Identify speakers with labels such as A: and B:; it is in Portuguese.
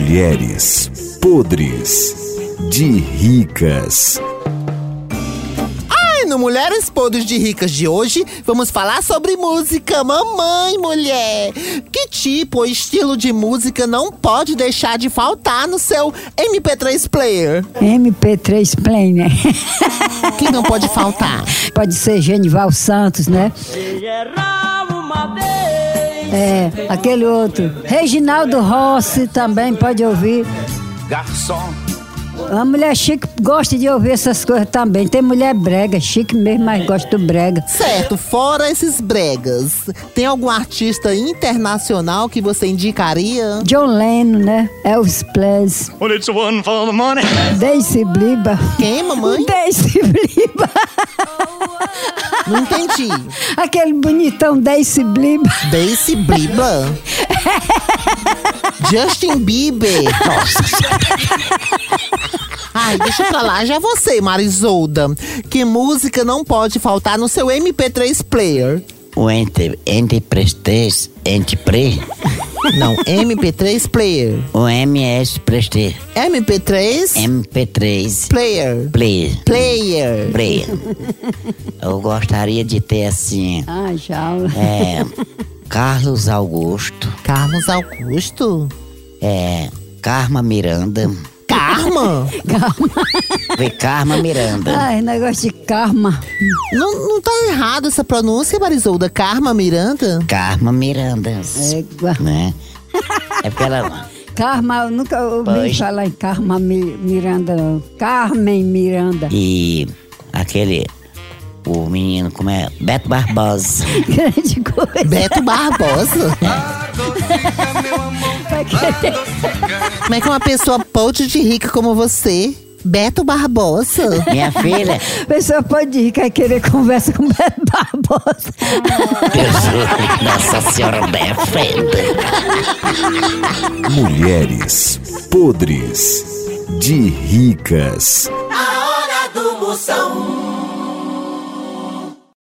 A: mulheres podres de ricas.
B: E no Mulheres Podres de Ricas de hoje, vamos falar sobre música. Mamãe, mulher! Que tipo ou estilo de música não pode deixar de faltar no seu MP3 player?
C: MP3 Play, né?
B: Que não pode faltar?
C: Pode ser Genival Santos, né? É, aquele outro. Reginaldo Rossi também pode ouvir.
D: Garçom,
C: A mulher chique gosta de ouvir essas coisas também. Tem mulher brega, chique mesmo, mas gosta do brega.
B: Certo, fora esses bregas, tem algum artista internacional que você indicaria?
C: John Lennon, né? Elvis Presley,
E: Well, it's one for the money.
C: Daisy Bliba.
B: Quem, mamãe?
C: Daisy Bliba.
B: Não entendi.
C: Aquele bonitão Daisy Bliba.
B: Daisy Biba? Justin Bieber? Nossa. Ai, deixa pra lá. Já você, Marisolda. Que música não pode faltar no seu MP3 player?
F: O ente, ente prestes, ente pre,
B: Não, MP3 player.
F: o MS preste,
B: MP3
F: MP3
B: player.
F: play,
B: Player.
F: play. Eu gostaria de ter assim,
C: Ah, já.
F: é, Carlos Augusto,
B: Carlos Augusto?
F: é, Karma Miranda,
B: Karma?
F: foi Karma Miranda,
C: Ai, Ah, negócio de karma.
B: Não, não tá errado essa pronúncia, Marisolda? Karma Miranda?
F: Karma Miranda,
C: Égua.
F: né? É porque ela,
C: Karma, eu nunca ouvi
F: Pois.
C: falar em Karma Mi- Miranda, não. Carmen Miranda.
F: e aquele, o menino, como é, Beto Barbosa,
C: Grande coisa.
B: Beto Barbosa? Como é que uma pessoa podre de rica como você, Beto Barbosa,
F: minha filha,
C: A pessoa pode ir, quer querer conversa com o Beto Barbosa.
F: Jesus, Nossa Senhora defenda.
A: Mulheres podres de ricas.
G: A hora do Moção.